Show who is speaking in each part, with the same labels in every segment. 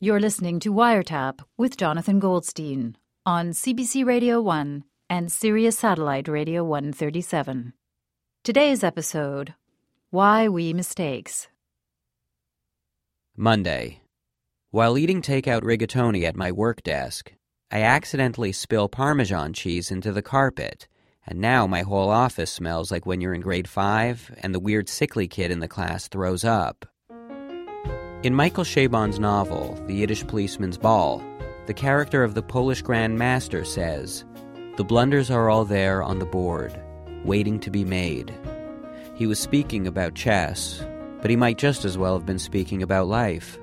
Speaker 1: You're listening to Wiretap with Jonathan Goldstein on CBC Radio 1 and Sirius Satellite Radio 137. Today's episode Why We Mistakes.
Speaker 2: Monday. While eating takeout rigatoni at my work desk, I accidentally spill Parmesan cheese into the carpet, and now my whole office smells like when you're in grade 5 and the weird sickly kid in the class throws up. In Michael Chabon's novel, The Yiddish Policeman's Ball, the character of the Polish Grand Master says, The blunders are all there on the board, waiting to be made. He was speaking about chess, but he might just as well have been speaking about life.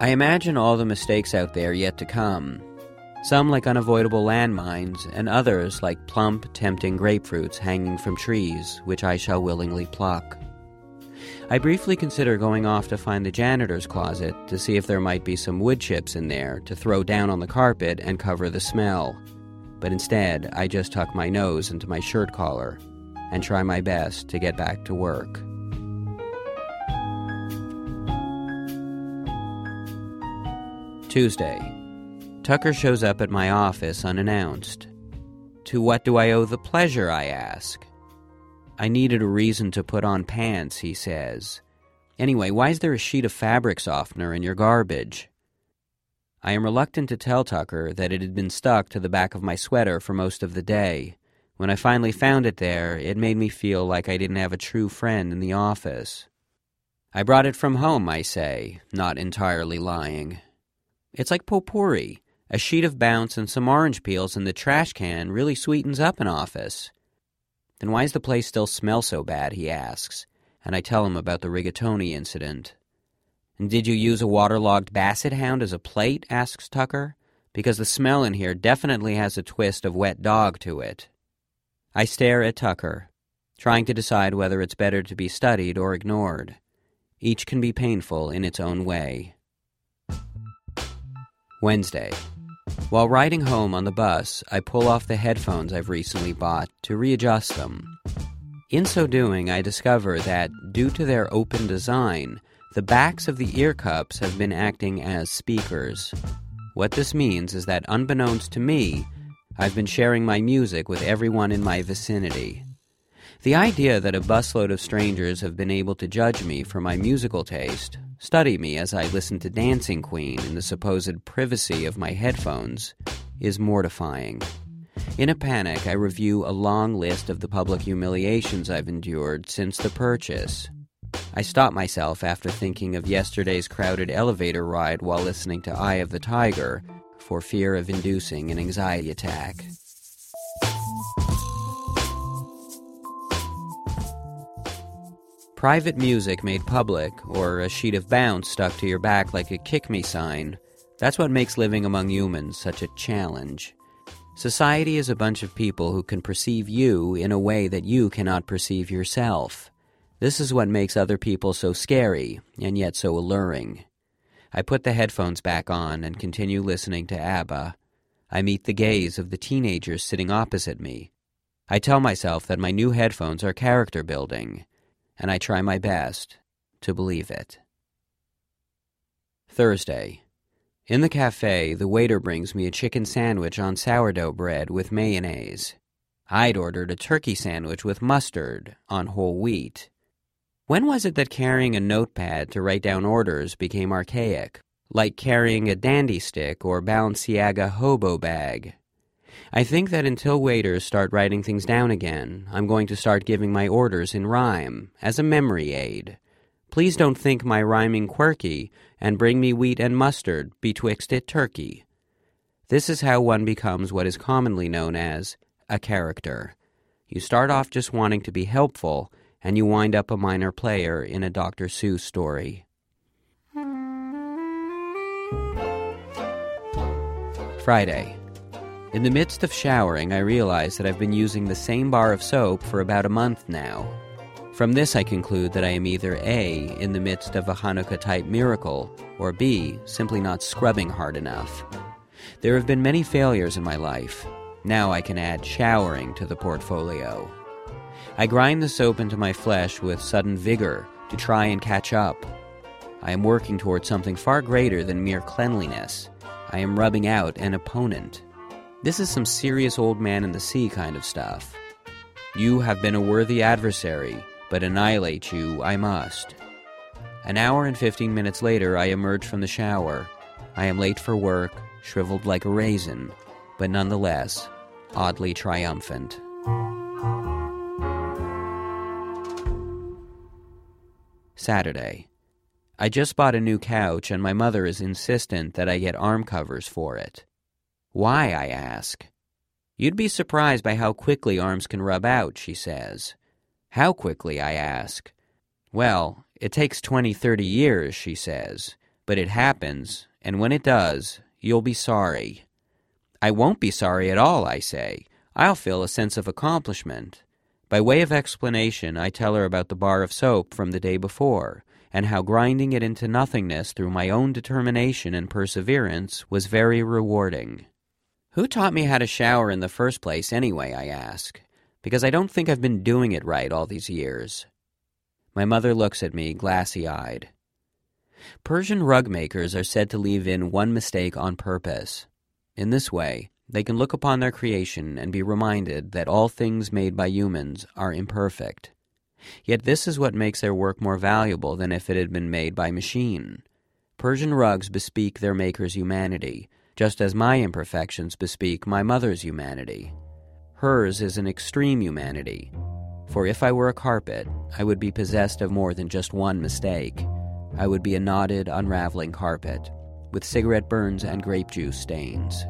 Speaker 2: I imagine all the mistakes out there yet to come, some like unavoidable landmines, and others like plump, tempting grapefruits hanging from trees, which I shall willingly pluck. I briefly consider going off to find the janitor's closet to see if there might be some wood chips in there to throw down on the carpet and cover the smell. But instead, I just tuck my nose into my shirt collar and try my best to get back to work. Tuesday. Tucker shows up at my office unannounced. To what do I owe the pleasure, I ask. I needed a reason to put on pants, he says. Anyway, why is there a sheet of fabric softener in your garbage? I am reluctant to tell Tucker that it had been stuck to the back of my sweater for most of the day. When I finally found it there, it made me feel like I didn't have a true friend in the office. I brought it from home, I say, not entirely lying. It's like potpourri. A sheet of bounce and some orange peels in the trash can really sweetens up an office. Then why does the place still smell so bad? he asks, and I tell him about the rigatoni incident. And did you use a waterlogged basset hound as a plate? asks Tucker, because the smell in here definitely has a twist of wet dog to it. I stare at Tucker, trying to decide whether it's better to be studied or ignored. Each can be painful in its own way. Wednesday. While riding home on the bus, I pull off the headphones I've recently bought to readjust them. In so doing, I discover that, due to their open design, the backs of the ear cups have been acting as speakers. What this means is that, unbeknownst to me, I've been sharing my music with everyone in my vicinity. The idea that a busload of strangers have been able to judge me for my musical taste study me as I listen to Dancing Queen in the supposed privacy of my headphones is mortifying. In a panic, I review a long list of the public humiliations I've endured since the purchase. I stop myself after thinking of yesterday's crowded elevator ride while listening to Eye of the Tiger for fear of inducing an anxiety attack. Private music made public, or a sheet of bounce stuck to your back like a kick me sign, that's what makes living among humans such a challenge. Society is a bunch of people who can perceive you in a way that you cannot perceive yourself. This is what makes other people so scary, and yet so alluring. I put the headphones back on and continue listening to ABBA. I meet the gaze of the teenagers sitting opposite me. I tell myself that my new headphones are character building and I try my best to believe it. Thursday. In the cafe, the waiter brings me a chicken sandwich on sourdough bread with mayonnaise. I'd ordered a turkey sandwich with mustard on whole wheat. When was it that carrying a notepad to write down orders became archaic, like carrying a dandy stick or Balenciaga hobo bag? I think that until waiters start writing things down again, I'm going to start giving my orders in rhyme, as a memory aid. Please don't think my rhyming quirky, and bring me wheat and mustard betwixt it turkey. This is how one becomes what is commonly known as a character. You start off just wanting to be helpful, and you wind up a minor player in a Dr. Seuss story. Friday. In the midst of showering, I realize that I've been using the same bar of soap for about a month now. From this, I conclude that I am either A, in the midst of a Hanukkah type miracle, or B, simply not scrubbing hard enough. There have been many failures in my life. Now I can add showering to the portfolio. I grind the soap into my flesh with sudden vigor to try and catch up. I am working toward something far greater than mere cleanliness. I am rubbing out an opponent. This is some serious old man in the sea kind of stuff. You have been a worthy adversary, but annihilate you I must. An hour and fifteen minutes later, I emerge from the shower. I am late for work, shriveled like a raisin, but nonetheless, oddly triumphant. Saturday. I just bought a new couch, and my mother is insistent that I get arm covers for it. Why, I ask. You'd be surprised by how quickly arms can rub out, she says. How quickly, I ask. Well, it takes twenty, thirty years, she says, but it happens, and when it does, you'll be sorry. I won't be sorry at all, I say. I'll feel a sense of accomplishment. By way of explanation, I tell her about the bar of soap from the day before, and how grinding it into nothingness through my own determination and perseverance was very rewarding. Who taught me how to shower in the first place, anyway? I ask, because I don't think I've been doing it right all these years. My mother looks at me, glassy eyed. Persian rug makers are said to leave in one mistake on purpose. In this way, they can look upon their creation and be reminded that all things made by humans are imperfect. Yet this is what makes their work more valuable than if it had been made by machine. Persian rugs bespeak their maker's humanity, just as my imperfections bespeak my mother's humanity. Hers is an extreme humanity, for if I were a carpet, I would be possessed of more than just one mistake. I would be a knotted, unraveling carpet, with cigarette burns and grape juice stains.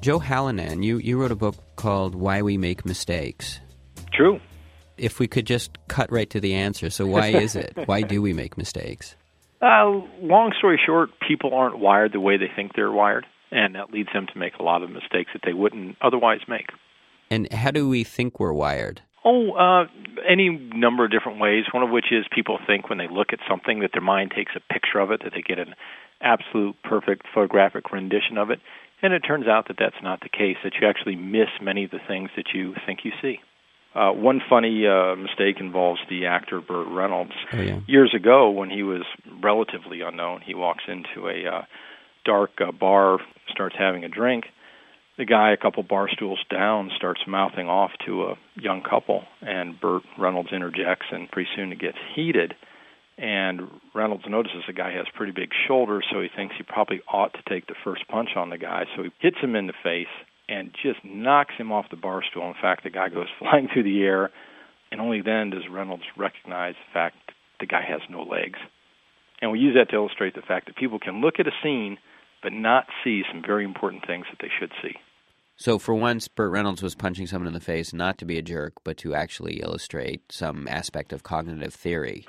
Speaker 2: Joe Hallinan, you, you wrote a book called Why We Make Mistakes.
Speaker 3: True.
Speaker 2: If we could just cut right to the answer. So, why is it? why do we make mistakes?
Speaker 3: Uh, long story short, people aren't wired the way they think they're wired, and that leads them to make a lot of mistakes that they wouldn't otherwise make.
Speaker 2: And how do we think we're wired?
Speaker 3: Oh, uh, any number of different ways. One of which is people think when they look at something that their mind takes a picture of it, that they get an absolute perfect photographic rendition of it. And it turns out that that's not the case, that you actually miss many of the things that you think you see. Uh, one funny uh, mistake involves the actor Burt Reynolds.
Speaker 2: Oh, yeah.
Speaker 3: Years ago, when he was relatively unknown, he walks into a uh, dark uh, bar, starts having a drink. The guy, a couple bar stools down, starts mouthing off to a young couple, and Burt Reynolds interjects, and pretty soon it gets heated and Reynolds notices the guy has pretty big shoulders, so he thinks he probably ought to take the first punch on the guy. So he hits him in the face and just knocks him off the bar stool. In fact, the guy goes flying through the air, and only then does Reynolds recognize the fact the guy has no legs. And we use that to illustrate the fact that people can look at a scene but not see some very important things that they should see.
Speaker 2: So, for once, Burt Reynolds was punching someone in the face not to be a jerk, but to actually illustrate some aspect of cognitive theory.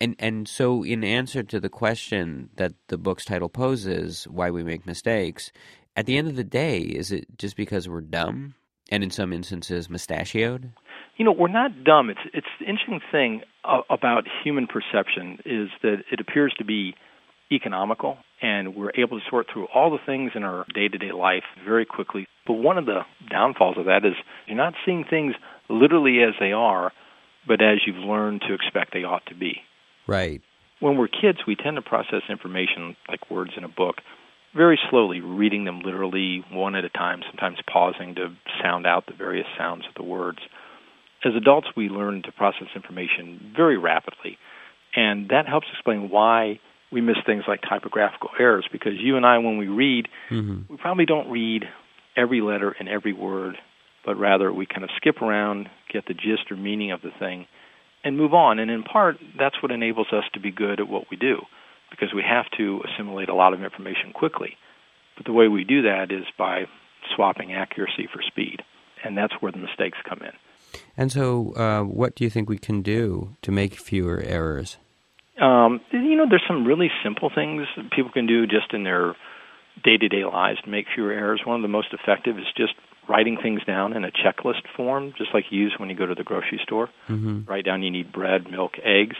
Speaker 2: and and so, in answer to the question that the book's title poses, why we make mistakes, at the end of the day, is it just because we're dumb and in some instances mustachioed?
Speaker 3: You know, we're not dumb. It's it's the interesting thing about human perception is that it appears to be economical and we're able to sort through all the things in our day to day life very quickly. But one of the downfalls of that is you're not seeing things literally as they are, but as you've learned to expect they ought to be.
Speaker 2: Right.
Speaker 3: When we're kids, we tend to process information like words in a book very slowly, reading them literally one at a time, sometimes pausing to sound out the various sounds of the words. As adults, we learn to process information very rapidly, and that helps explain why we miss things like typographical errors because you and I, when we read,
Speaker 2: Mm-hmm.
Speaker 3: we probably don't read every letter and every word, but rather we kind of skip around, get the gist or meaning of the thing, and move on. And in part, that's what enables us to be good at what we do because we have to assimilate a lot of information quickly. But the way we do that is by swapping accuracy for speed, and that's where the mistakes come in.
Speaker 2: And so, uh, what do you think we can do to make fewer errors?
Speaker 3: Um, you know, there's some really simple things that people can do just in their day to day lives to make fewer errors. One of the most effective is just writing things down in a checklist form, just like you use when you go to the grocery store.
Speaker 2: Mm-hmm.
Speaker 3: Write down you need bread, milk, eggs.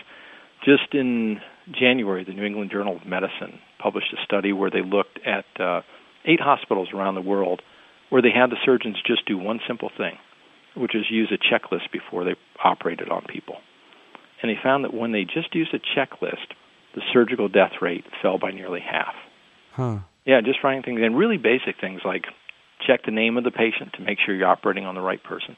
Speaker 3: Just in January, the New England Journal of Medicine published a study where they looked at uh, eight hospitals around the world where they had the surgeons just do one simple thing, which is use a checklist before they operated on people. And they found that when they just used a checklist, the surgical death rate fell by nearly half.
Speaker 2: Huh.
Speaker 3: Yeah, just writing things and really basic things like check the name of the patient to make sure you're operating on the right person.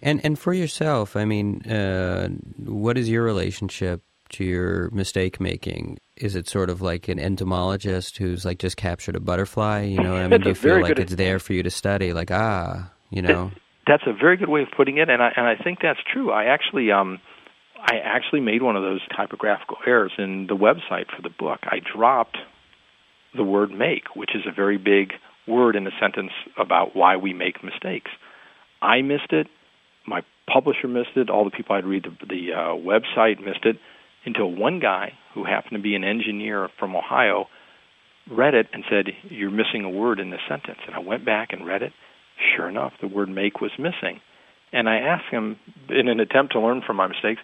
Speaker 2: And and for yourself, I mean, uh, what is your relationship to your mistake making? Is it sort of like an entomologist who's like just captured a butterfly? You know, I mean,
Speaker 3: That's
Speaker 2: do
Speaker 3: a
Speaker 2: you feel
Speaker 3: very
Speaker 2: like
Speaker 3: good-
Speaker 2: it's there for you to study? Like ah, you know,
Speaker 3: That's a very good way of putting it, and I and I think that's true. I actually um I actually made one of those typographical errors in the website for the book. I dropped the word make, which is a very big word in a sentence about why we make mistakes. I missed it, my publisher missed it, all the people I'd read the, the uh, website missed it, until one guy who happened to be an engineer from Ohio read it and said, You're missing a word in this sentence. And I went back and read it. Sure enough, the word make was missing. And I asked him, in an attempt to learn from my mistakes,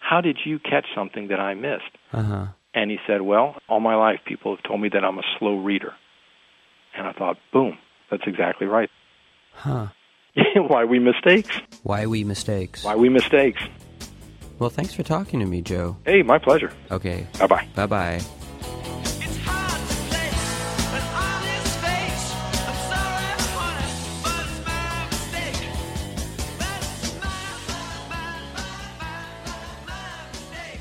Speaker 3: How did you catch something that I missed?
Speaker 2: uh huh.
Speaker 3: And he said, Well, all my life people have told me that I'm a slow reader. And I thought, Boom, that's exactly right.
Speaker 2: Huh.
Speaker 3: Why we mistakes?
Speaker 2: Why we mistakes?
Speaker 3: Why we mistakes?
Speaker 2: Well, thanks for talking to me, Joe.
Speaker 3: Hey, my pleasure.
Speaker 2: Okay,
Speaker 3: Bye bye.
Speaker 2: bye bye.
Speaker 4: It's hard to place an honest face. I'm sorry for it, but it's my mistake. That's my, my, my, my, my, my, my mistake.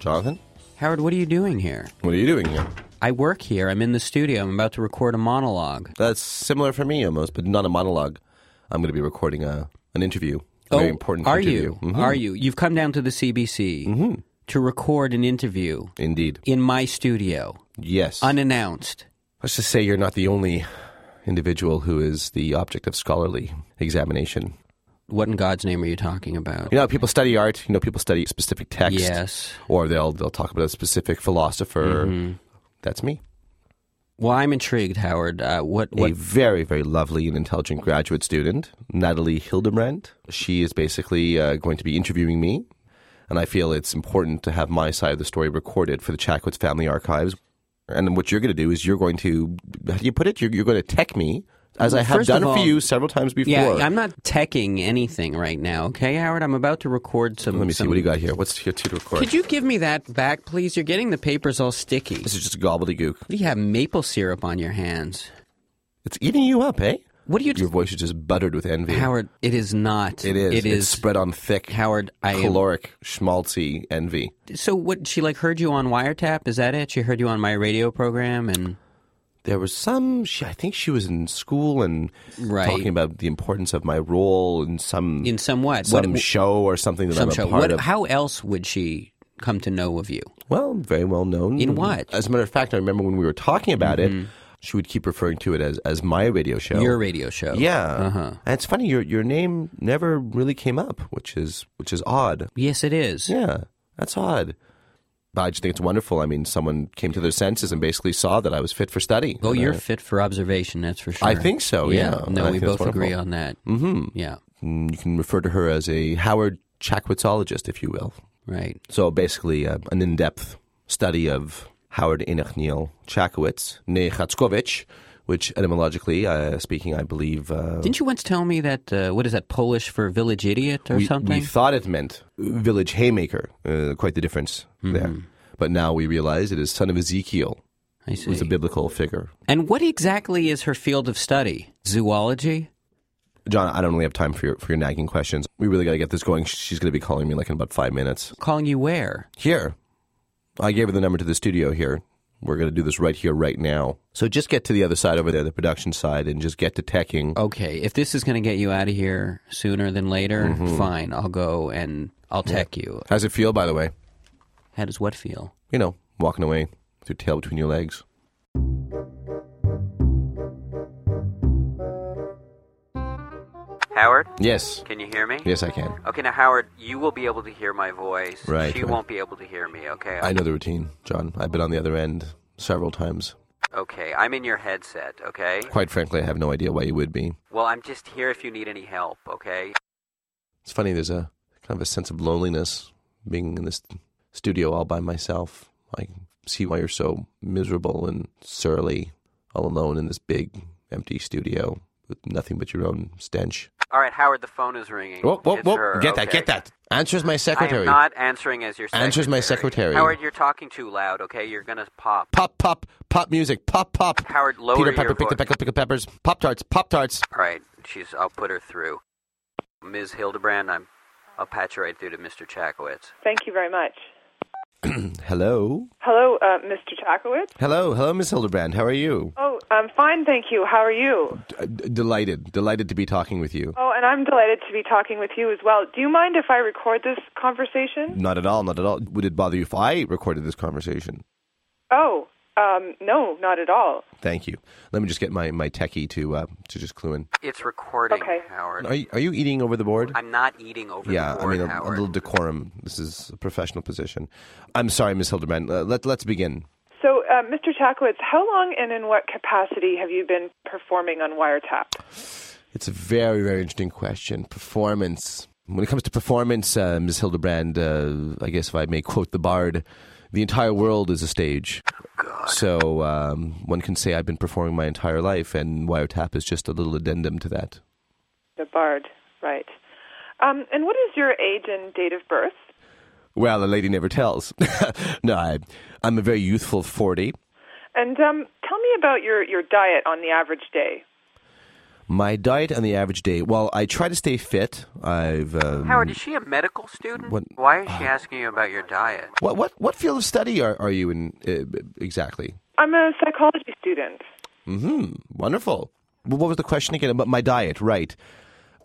Speaker 5: Jonathan,
Speaker 2: Howard, what are you doing here?
Speaker 5: what are you doing here?
Speaker 2: I work here. I'm in the studio. I'm about to record a monologue.
Speaker 5: That's similar for me almost, but not a monologue. I'm going to be recording a an interview. A very important
Speaker 2: Oh, are
Speaker 5: interview. Mm-hmm.
Speaker 2: you?
Speaker 3: Mm-hmm.
Speaker 2: Are you? You've come down to the CBC to record an interview
Speaker 5: Indeed.
Speaker 2: in my studio,
Speaker 5: Yes.
Speaker 2: unannounced.
Speaker 5: Let's just say you're not the only individual who is the object of scholarly examination.
Speaker 2: What in God's name are you talking about?
Speaker 5: You know, people study art. You know, people study specific text.
Speaker 2: Yes. Mm-hmm.
Speaker 5: Or they'll they'll talk about a specific philosopher. That's me.
Speaker 2: Well, I'm intrigued, Howard. Uh, what?
Speaker 5: A
Speaker 2: What?
Speaker 5: very very lovely and intelligent graduate student, Natalie Hildebrand. She is basically uh, going to be interviewing me, and I feel it's important to have my side of the story recorded for the Chackwitz Family Archives. And then what you're going to do is you're going to how do you put it? You're, you're going to tech me as I have
Speaker 2: First
Speaker 5: done
Speaker 2: of
Speaker 5: for
Speaker 2: all-
Speaker 5: you several times before.
Speaker 2: yeah, I'm not teching anything right now. Okay, Howard. I'm about to record some.
Speaker 5: Let me see
Speaker 2: some-
Speaker 5: what do you got here. What's here to record?
Speaker 2: Could you give me that back, please? You're getting the papers all sticky.
Speaker 5: This is just gobbledygook.
Speaker 2: You have maple syrup on your hands.
Speaker 5: It's eating you up, eh?
Speaker 2: What do you,
Speaker 5: Your voice is just buttered with envy.
Speaker 2: Howard? It is not.
Speaker 5: it is.
Speaker 2: It
Speaker 5: It's
Speaker 2: is.
Speaker 5: spread on thick,
Speaker 2: Howard, I am-
Speaker 5: caloric, schmaltzy envy.
Speaker 2: So what? She like heard you on Wiretap? Is that it? She heard you on my radio program and
Speaker 5: There was some. She, I think she was in school and
Speaker 2: Right.
Speaker 5: talking about the importance of my role in some
Speaker 2: in some what?
Speaker 5: some
Speaker 2: what,
Speaker 5: show or something that
Speaker 2: some
Speaker 5: I'm a
Speaker 2: show.
Speaker 5: part
Speaker 2: What?
Speaker 5: of.
Speaker 2: How else would she come to know of you?
Speaker 5: Well, very well known.
Speaker 2: In what? Mm-hmm.
Speaker 5: As a matter of fact, I remember when we were talking about it, she would keep referring to it as as my radio show.
Speaker 2: Your radio show.
Speaker 5: yeah,
Speaker 2: Uh-huh.
Speaker 5: and it's funny. Your your name never really came up, which is which is odd.
Speaker 2: Yes, it is.
Speaker 5: Yeah, that's odd. But I just think it's wonderful. I mean, someone came to their senses and basically saw that I was fit for study.
Speaker 2: Well,
Speaker 5: And
Speaker 2: Oh, you're
Speaker 5: I-
Speaker 2: fit for observation. That's for sure.
Speaker 5: I think so, yeah. I
Speaker 2: No,
Speaker 5: think
Speaker 2: we
Speaker 5: that's
Speaker 2: both agree
Speaker 5: wonderful.
Speaker 2: on that. Mm-hmm. Yeah.
Speaker 5: you can refer to her as a Howard Chackwitzologist, if you will.
Speaker 2: Right.
Speaker 5: So basically, uh, an in depth study of Howard Enochniel Chakowitz, Nechatzkovich, which etymologically uh, speaking, I believe uh,
Speaker 2: Didn't you once tell me that uh, what is that Polish for village idiot or
Speaker 5: we,
Speaker 2: something?
Speaker 5: we thought it meant village haymaker. Uh, quite the difference
Speaker 2: Hmm.
Speaker 5: there. But now we realize it is son of Ezekiel,
Speaker 2: I
Speaker 5: who is
Speaker 2: see.
Speaker 5: a biblical figure.
Speaker 2: and what exactly is her field of study? Zoology.
Speaker 5: John, I don't really have time for your, for your nagging questions. We really got to get this going. She's going to be calling me like in about five minutes.
Speaker 2: Calling you where?
Speaker 5: Here. I gave her the number to the studio here. We're going to do this right here, right now. So just get to the other side over there, the production side, and just get to teching.
Speaker 2: Okay, if this is going to get you out of here sooner than later,
Speaker 5: Mm-hmm.
Speaker 2: fine. I'll go and I'll tech you.
Speaker 5: How's it feel, by the way?
Speaker 2: How does what feel?
Speaker 5: You know, walking away with your tail between your legs.
Speaker 2: Howard,
Speaker 5: Yes.
Speaker 2: can you hear me?
Speaker 5: Yes, I can.
Speaker 2: Okay, now Howard, you will be able to hear my voice.
Speaker 5: Right,
Speaker 2: She
Speaker 5: right.
Speaker 2: won't be able to hear me. Okay.
Speaker 5: I know the routine, John. I've been on the other end several times.
Speaker 2: Okay, I'm in your headset. Okay.
Speaker 5: Quite frankly, I have no idea why you would be.
Speaker 2: Well, I'm just here if you need any help. Okay.
Speaker 5: It's funny, there's a kind of a sense of loneliness being in this studio all by myself. I see why you're so miserable and surly all alone in this big, empty studio with nothing but your own stench.
Speaker 6: All right, Howard, the phone is ringing.
Speaker 5: Whoa, whoa,
Speaker 6: It's
Speaker 5: whoa.
Speaker 6: her.
Speaker 5: Get that,
Speaker 6: Okay.
Speaker 5: get that. Answers
Speaker 6: I
Speaker 5: my
Speaker 6: am
Speaker 5: secretary.
Speaker 6: not answering as your secretary.
Speaker 5: Answers my secretary.
Speaker 6: Howard, you're talking too loud, okay? You're going to pop.
Speaker 5: Pop, pop, pop music. Pop, pop.
Speaker 6: Howard, lower
Speaker 5: Peter
Speaker 6: your
Speaker 5: Pepper, pick the
Speaker 6: voice.
Speaker 5: pickle, pickle peppers. Pop tarts, pop tarts.
Speaker 6: All right, she's. I'll put her through. Ms. Hildebrand, I'm. I'll patch her right through to Mr. Chakowitz.
Speaker 7: Thank you very much.
Speaker 5: Hello,
Speaker 7: Hello, uh, Mr. Chakowitz.
Speaker 5: hello, hello, Miss Hildebrand. How are you?
Speaker 7: Oh, I'm fine, thank you. How are you?
Speaker 5: D- d- delighted, delighted to be talking with you.
Speaker 7: Oh, and I'm delighted to be talking with you as well. Do you mind if I record this conversation?
Speaker 5: Not at all, not at all. Would it bother you if I recorded this conversation?
Speaker 7: Oh, um, no, not at all.
Speaker 5: Thank you. Let me just get my my techie to uh, to just clue in.
Speaker 6: It's recording,
Speaker 7: Okay.
Speaker 6: Howard.
Speaker 5: Are you, are you eating over the board?
Speaker 6: I'm not eating over
Speaker 5: yeah,
Speaker 6: the
Speaker 5: I
Speaker 6: board,
Speaker 5: mean a, a
Speaker 6: Howard.
Speaker 5: little decorum. This is a professional position. I'm sorry, Miss Hildebrand. Uh, let let's begin.
Speaker 7: So, uh, Mr. Chakowitz, how long and in what capacity have you been performing on Wiretap?
Speaker 5: It's a very, very interesting question. Performance. When it comes to performance, uh, Ms. Hildebrand, uh, I guess if I may quote the bard, the entire world is a stage.
Speaker 6: Oh,
Speaker 5: So um, one can say I've been performing my entire life, and Wiretap is just a little addendum to that.
Speaker 7: The Bard, right. Um, and what is your age and date of birth?
Speaker 5: Well, a lady never tells. no, I, I'm a very youthful 40.
Speaker 7: And um, tell me about your, your diet on the average day.
Speaker 5: My diet on the average day, well, I try to stay fit. I've. Um,
Speaker 6: Howard, is she a medical student?
Speaker 5: What- uh,
Speaker 6: Why is she asking you about your diet?
Speaker 5: what, what, what field of study are, are you in uh, exactly?
Speaker 7: I'm a psychology student.
Speaker 5: Hmm. Wonderful. Well, What was the question again? About my diet, right?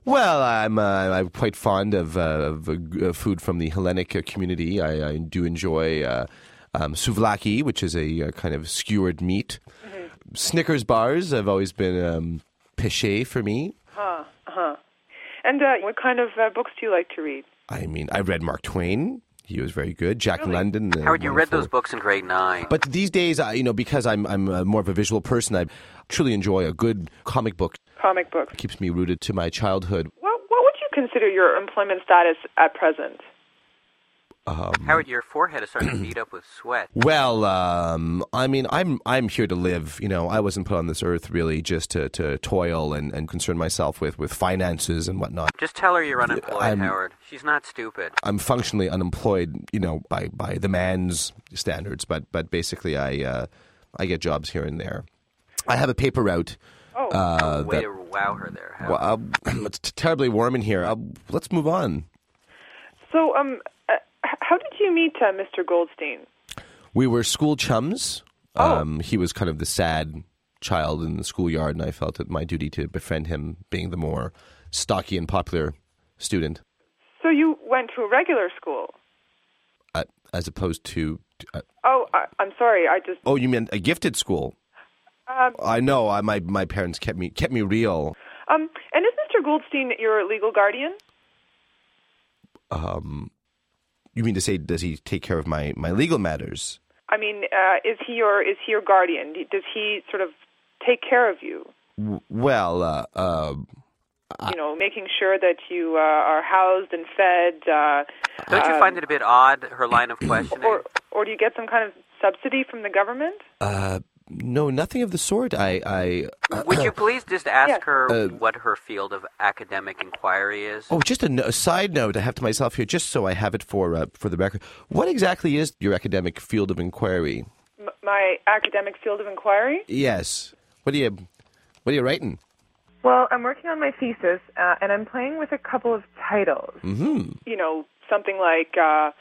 Speaker 5: Well, I'm uh, I'm quite fond of, uh, of uh, food from the Hellenic uh, community. I, I do enjoy uh, um, souvlaki, which is a uh, kind of skewered meat.
Speaker 6: Mm-hmm.
Speaker 5: Snickers bars have always been um, péché for me.
Speaker 7: uh-huh. And uh, what kind of uh, books do you like to read?
Speaker 5: I mean, I read Mark Twain. He was very good. Jack London. uh,
Speaker 6: Howard, you read
Speaker 5: wonderful-
Speaker 6: those books in grade nine.
Speaker 5: But these days, I, you know, because I'm I'm uh, more of a visual person, I truly enjoy a good comic book.
Speaker 7: Comic books.
Speaker 5: keeps me rooted to my childhood.
Speaker 7: What, what would you consider your employment status at present?
Speaker 6: Um, Howard, your forehead is starting to beat up with sweat.
Speaker 5: Well, um, I mean, I'm I'm here to live. You know, I wasn't put on this earth really just to, to toil and, and concern myself with, with finances and whatnot.
Speaker 6: Just tell her you're unemployed,
Speaker 5: I'm-
Speaker 6: Howard. She's not stupid.
Speaker 5: I'm functionally unemployed, you know, by, by the man's standards. But but basically, I uh, I get jobs here and there. I have a paper route.
Speaker 7: Oh,
Speaker 5: uh,
Speaker 6: Way
Speaker 5: that,
Speaker 6: to wow her there, Howard.
Speaker 5: well, uh, it's terribly warm in here. Uh, let's move on.
Speaker 7: so um, uh, h- how did you meet uh, Mr. Goldstein?
Speaker 5: We were school chums.
Speaker 7: Oh.
Speaker 5: Um, he was kind of the sad child in the schoolyard, and I felt it my duty to befriend him, being the more stocky and popular student,
Speaker 7: So you went to a regular school.
Speaker 5: uh, as opposed to. Uh,
Speaker 7: Oh, I, I'm sorry. I just
Speaker 5: oh, you mean a gifted school?
Speaker 7: um,
Speaker 5: I know. I, my my parents kept me kept me real.
Speaker 7: um. And is Mr. Goldstein your legal guardian?
Speaker 5: Um, you mean to say, does he take care of my, my legal matters?
Speaker 7: I mean, uh, is he your is he your guardian? D- Does he sort of take care of you?
Speaker 5: W- well, uh, uh,
Speaker 7: You know, making sure that you uh, are housed and fed, uh,
Speaker 6: Don't you find it a bit odd, her line of questioning?
Speaker 7: or or do you get some kind of subsidy from the government?
Speaker 5: uh, no, nothing of the sort. I, I
Speaker 6: Would
Speaker 5: uh,
Speaker 6: you please just ask
Speaker 7: Yes.
Speaker 6: her what her field of academic inquiry is?
Speaker 5: Oh, just a, no- a side note I have to myself here, just so I have it for uh, for the record. What exactly is your academic field of inquiry?
Speaker 7: M- my academic field of inquiry.
Speaker 5: Yes. What are you What are you writing?
Speaker 7: Well, I'm working on my thesis, uh, and I'm playing with a couple of titles.
Speaker 5: Mm.
Speaker 7: Mm-hmm. You know, something like uh,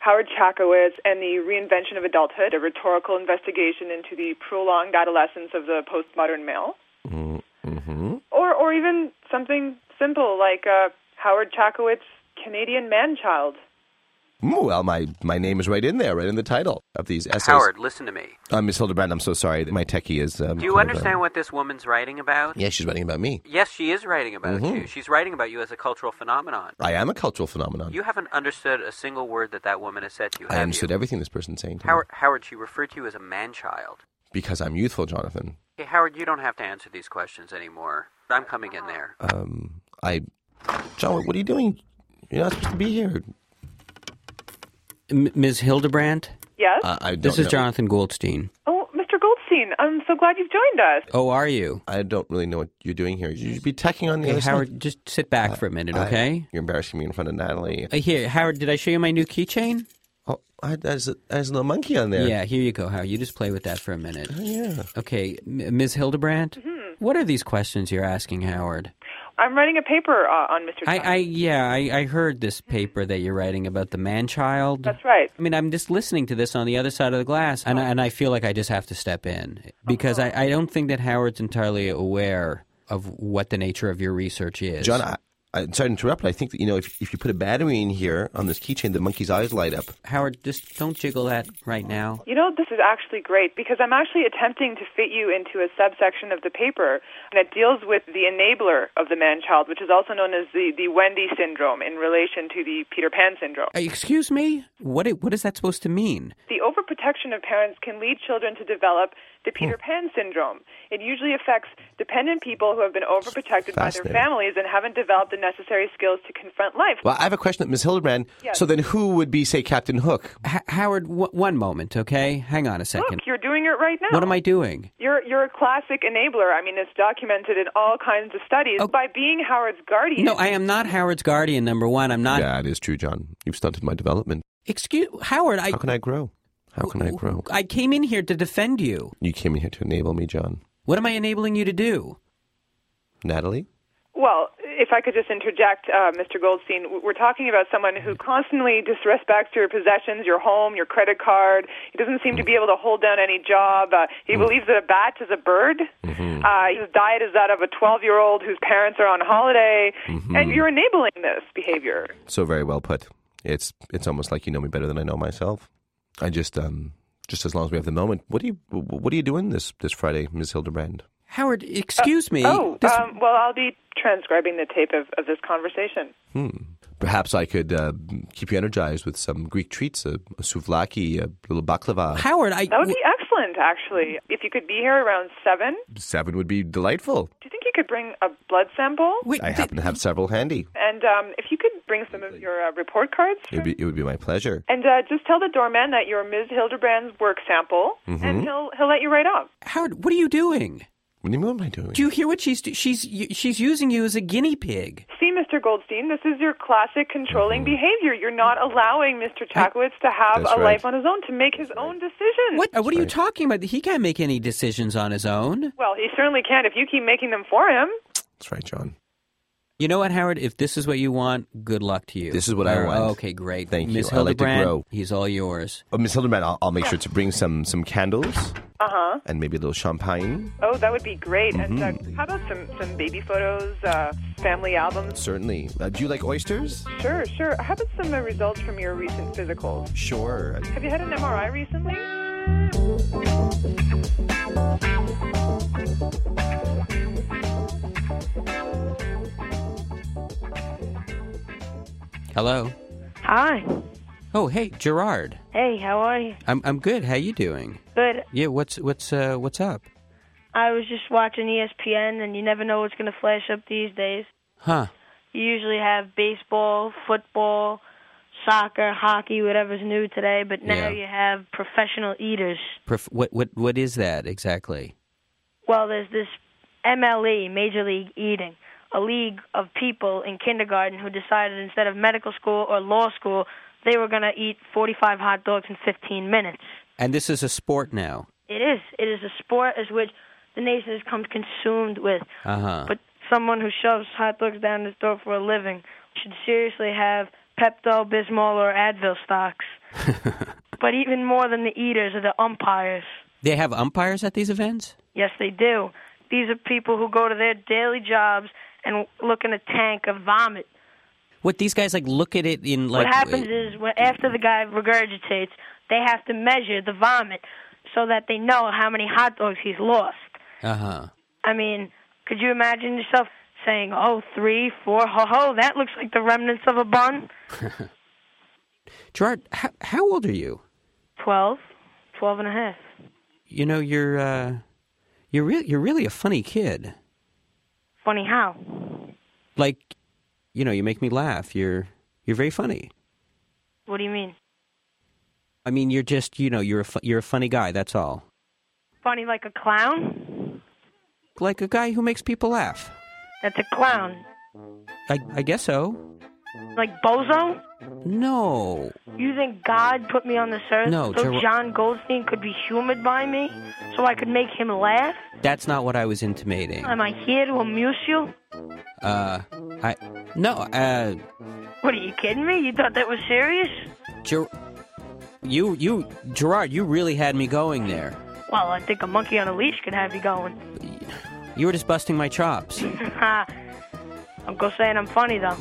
Speaker 7: Howard Chakowitz and the Reinvention of Adulthood, a rhetorical investigation into the prolonged adolescence of the postmodern male. Mm-hmm. Or, or even something simple like uh, Howard Chakowitz, Canadian Man-Child.
Speaker 5: Mm, Well, my, my name is right in there, right in the title of these essays.
Speaker 6: Howard, listen to me.
Speaker 5: Uh, Miss Hildebrand, I'm so sorry. that My techie is. Um,
Speaker 6: Do you
Speaker 5: kind of, uh,
Speaker 6: understand what this woman's writing about?
Speaker 5: Yeah, Mm-hmm. she's writing about me.
Speaker 6: Yes, she is writing about you. She's writing about you as a cultural phenomenon.
Speaker 5: I am a cultural phenomenon.
Speaker 6: You haven't understood a single word that that woman has said to you.
Speaker 5: Um, I
Speaker 6: have
Speaker 5: understood
Speaker 6: you?
Speaker 5: everything this person's saying to me.
Speaker 6: Howard, Howard, she referred to you as a man child.
Speaker 5: because I'm youthful, Jonathan.
Speaker 6: Hey, Howard, you don't have to answer these questions anymore. I'm coming in there.
Speaker 5: Um, I, John, what- what are you doing? You're not supposed to be here.
Speaker 2: M- Ms. Hildebrand,
Speaker 7: Yes.
Speaker 5: Uh, I don't
Speaker 2: this is
Speaker 5: know.
Speaker 2: Jonathan Goldstein.
Speaker 7: oh, Mr. Goldstein. I'm so glad you've joined us.
Speaker 2: Oh, are you?
Speaker 5: I don't really know what you're doing here. You should be teching on the
Speaker 2: Hey,
Speaker 5: other side.
Speaker 2: Howard, just sit back for a minute,
Speaker 5: I-
Speaker 2: okay?
Speaker 5: you're embarrassing me in front of Natalie.
Speaker 2: Uh, here, Howard, did I show you my new keychain?
Speaker 5: Oh, I, there's, a, there's a little monkey on there.
Speaker 2: Yeah, here you go, Howard. You just play with that for a minute.
Speaker 5: Oh, Yeah.
Speaker 2: Okay, M- Ms. Hildebrandt, what are these questions you're asking, Howard?
Speaker 7: I'm writing a paper uh, on Mr.
Speaker 2: I,
Speaker 7: Trump.
Speaker 2: I yeah, I, I heard this paper that you're writing about the man child.
Speaker 7: That's right.
Speaker 2: I mean, I'm just listening to this on the other side of the glass, and, I, and I feel like I just have to step in because I, I don't think that Howard's entirely aware of what the nature of your research is.
Speaker 5: John, I, I'm sorry to interrupt, but I think that, you know, if, if you put a battery in here on this keychain, the monkey's eyes light up.
Speaker 2: Howard, just don't jiggle that right now.
Speaker 7: You know, this is actually great because I'm actually attempting to fit you into a subsection of the paper that deals with the enabler of the man child, which is also known as the, the Wendy syndrome in relation to the Peter Pan syndrome.
Speaker 2: Uh, Excuse me? What, i- what is that supposed to mean?
Speaker 7: The overprotection of parents can lead children to develop the Peter
Speaker 2: Hmm.
Speaker 7: Pan syndrome. It usually affects dependent people who have been overprotected by their
Speaker 5: Fascinating.
Speaker 7: families and haven't developed the necessary skills to confront life.
Speaker 5: Well, I have a question, Ms. Hildebrand.
Speaker 7: Yes.
Speaker 5: So then who would be, say, Captain Hook?
Speaker 2: H- Howard, w- one moment, okay? Hang on a second.
Speaker 7: Look, you're doing it right now.
Speaker 2: what am I doing?
Speaker 7: You're you're a classic enabler. I mean, it's documented in all kinds of studies
Speaker 2: Oh.
Speaker 7: by being Howard's guardian.
Speaker 2: No, I am not Howard's guardian, number one. I'm not.
Speaker 5: yeah, it is true, John. You've stunted my development.
Speaker 2: Excuse. Howard, I.
Speaker 5: How can I grow? How can I grow?
Speaker 2: I came in here to defend you.
Speaker 5: You came in here to enable me, John.
Speaker 2: What am I enabling you to do?
Speaker 5: Natalie?
Speaker 7: Well, if I could just interject, uh, Mr. Goldstein, w- we're talking about someone who constantly disrespects your possessions, your home, your credit card. He doesn't seem to be able to hold down any job. Uh, he
Speaker 2: Mm.
Speaker 7: believes that a bat is a bird.
Speaker 2: Mm-hmm.
Speaker 7: Uh, his diet is that of a 12 year old whose parents are on holiday.
Speaker 2: Mm-hmm.
Speaker 7: And you're enabling this behavior.
Speaker 5: So very well put. It's it's almost like you know me better than I know myself. I just um just as long as we have the moment. What do you what are you doing this this Friday, Ms. Hildebrand?
Speaker 2: Howard, excuse me.
Speaker 7: Oh,
Speaker 2: This-
Speaker 7: um, well, I'll be transcribing the tape of, of this conversation.
Speaker 5: Hmm. Perhaps I could uh, keep you energized with some Greek treats, a, a souvlaki, a little baklava.
Speaker 2: Howard, I.
Speaker 7: That would be excellent, actually. If you could be here around 7, do
Speaker 5: Seven would be delightful.
Speaker 7: you think you could bring a blood sample?
Speaker 2: wait,
Speaker 5: I
Speaker 2: th-
Speaker 5: happen to have several handy.
Speaker 7: And um, if you could bring some of your uh, report cards.
Speaker 5: It would be, it would be my pleasure.
Speaker 7: and uh, just tell the doorman that you're Ms. Hildebrand's work sample,
Speaker 5: Mm-hmm.
Speaker 7: and he'll he'll let you right off.
Speaker 2: Howard, what are you doing?
Speaker 5: What do you mean? What am I doing?
Speaker 2: Do you hear what she's do- she's y- she's using you as a guinea pig?
Speaker 7: See, Mr. Goldstein, this is your classic controlling behavier. You're not allowing Mr. Chakowitz to have
Speaker 5: Mm-hmm. That's
Speaker 7: a
Speaker 5: right.
Speaker 7: life on his own, to make his own decisions.
Speaker 2: What uh, what are you talking about? He can't make any decisions on his own.
Speaker 7: Well, he certainly can if you keep making them for him.
Speaker 5: That's right, John.
Speaker 2: You know what, Howard? If this is what you want, good luck to you.
Speaker 5: This is what I
Speaker 2: Or-
Speaker 5: want.
Speaker 2: Okay, great.
Speaker 5: Thank you.
Speaker 2: Ms.
Speaker 5: I like to
Speaker 2: Hildebrand,
Speaker 5: grow.
Speaker 2: he's all yours.
Speaker 5: Oh, Miss Hildebrand, I'll, I'll make sure to bring some some candles. Uh huh. And maybe a little champagne.
Speaker 7: Uh-huh. Oh, that would be great.
Speaker 5: Mm-hmm.
Speaker 7: And uh, how about some, some baby photos, uh, family albums?
Speaker 5: Certainly. Uh, do you like oysters?
Speaker 7: Sure, sure. How about some uh, results from your recent physicals?
Speaker 5: Sure.
Speaker 7: Have you had an MRI recently?
Speaker 2: Hello.
Speaker 8: Hi.
Speaker 2: Oh, hey, Gerard.
Speaker 8: Hey, how are you?
Speaker 2: I'm I'm good. How you doing?
Speaker 8: Good.
Speaker 2: Yeah, what's what's uh what's up?
Speaker 8: I was just watching E ESPN, and you never know what's going to flash up these days.
Speaker 2: Huh.
Speaker 8: You usually have baseball, football, soccer, hockey, whatever's new today, but
Speaker 2: Yeah.
Speaker 8: now you have professional eaters.
Speaker 2: Prof- what what what is that exactly?
Speaker 8: Well, there's this MLE, Major League Eating, a league of people in kindergarten who decided instead of medical school or law school, they were going to eat 45 hot dogs in 15 minutes.
Speaker 2: And this is a sport now.
Speaker 8: It is. It is a sport as which the nation has come consumed with.
Speaker 2: Uh-huh.
Speaker 8: But someone who shoves hot dogs down his throat for a living should seriously have Pepto Bismol or Advil stocks. but even more than the eaters are the umpires.
Speaker 2: They have umpires at these events?
Speaker 8: Yes, they do. These are people who go to their daily jobs and look in a tank of vomit.
Speaker 2: What these guys like look at it in like
Speaker 8: what happens is when, after the guy regurgitates, they have to measure the vomit so that they know how many hot dogs he's lost.
Speaker 2: Uh-huh.
Speaker 8: I mean, could you imagine yourself saying, oh, three, four, ho, ho, that looks like the remnants of a bun?
Speaker 2: Gerard, how, how old are you?
Speaker 8: Twelve, twelve and a half.
Speaker 2: You know, you're uh you're re- you're really a funny kid.
Speaker 8: Funny how?
Speaker 2: Like you know, you make me laugh. You're you're very funny.
Speaker 8: What do you mean?
Speaker 2: I mean, you're just, you know, you're a fu- you're a funny guy, that's all.
Speaker 8: Funny like a clown?
Speaker 2: Like a guy who makes people laugh.
Speaker 8: That's a clown.
Speaker 2: I, I guess so.
Speaker 8: Like Bozo?
Speaker 2: No.
Speaker 8: You think God put me on this earth
Speaker 2: No,
Speaker 8: so
Speaker 2: Jer-
Speaker 8: John Goldstein could be humored by me? So I could make him laugh?
Speaker 2: That's not what I was intimating.
Speaker 8: Am I here to amuse you?
Speaker 2: Uh, I. No, uh.
Speaker 8: What are you kidding me? You thought that was serious?
Speaker 2: Ger- you, you, Gerard, you really had me going there.
Speaker 8: Well, I think a monkey on a leash could have you going.
Speaker 2: You were just busting my chops.
Speaker 8: Uncle saying I'm funny though.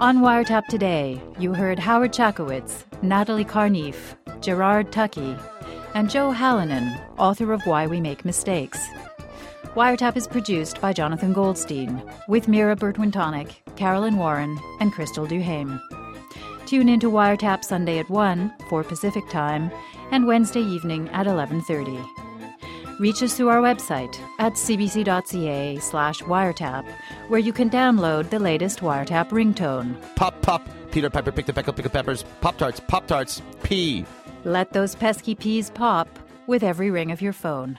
Speaker 1: On Wiretap Today, you heard Howard Chakowitz, Natalie Carnif, Gerard Tuckey, and Joe Hallinan, author of Why We Make Mistakes. Wiretap is produced by Jonathan Goldstein, with Mira Bertwintonic, Carolyn Warren, and Crystal Duhame. Tune into Wiretap Sunday at 1, 4 Pacific Time, and Wednesday evening at 11.30. Reach us through our website at cbc.ca slash wiretap, where you can download the latest wiretap ringtone.
Speaker 5: Pop, pop. Peter Piper picked the pickled pickled peppers. Pop tarts, pop tarts. Pee.
Speaker 1: Let those pesky peas pop with every ring of your phone.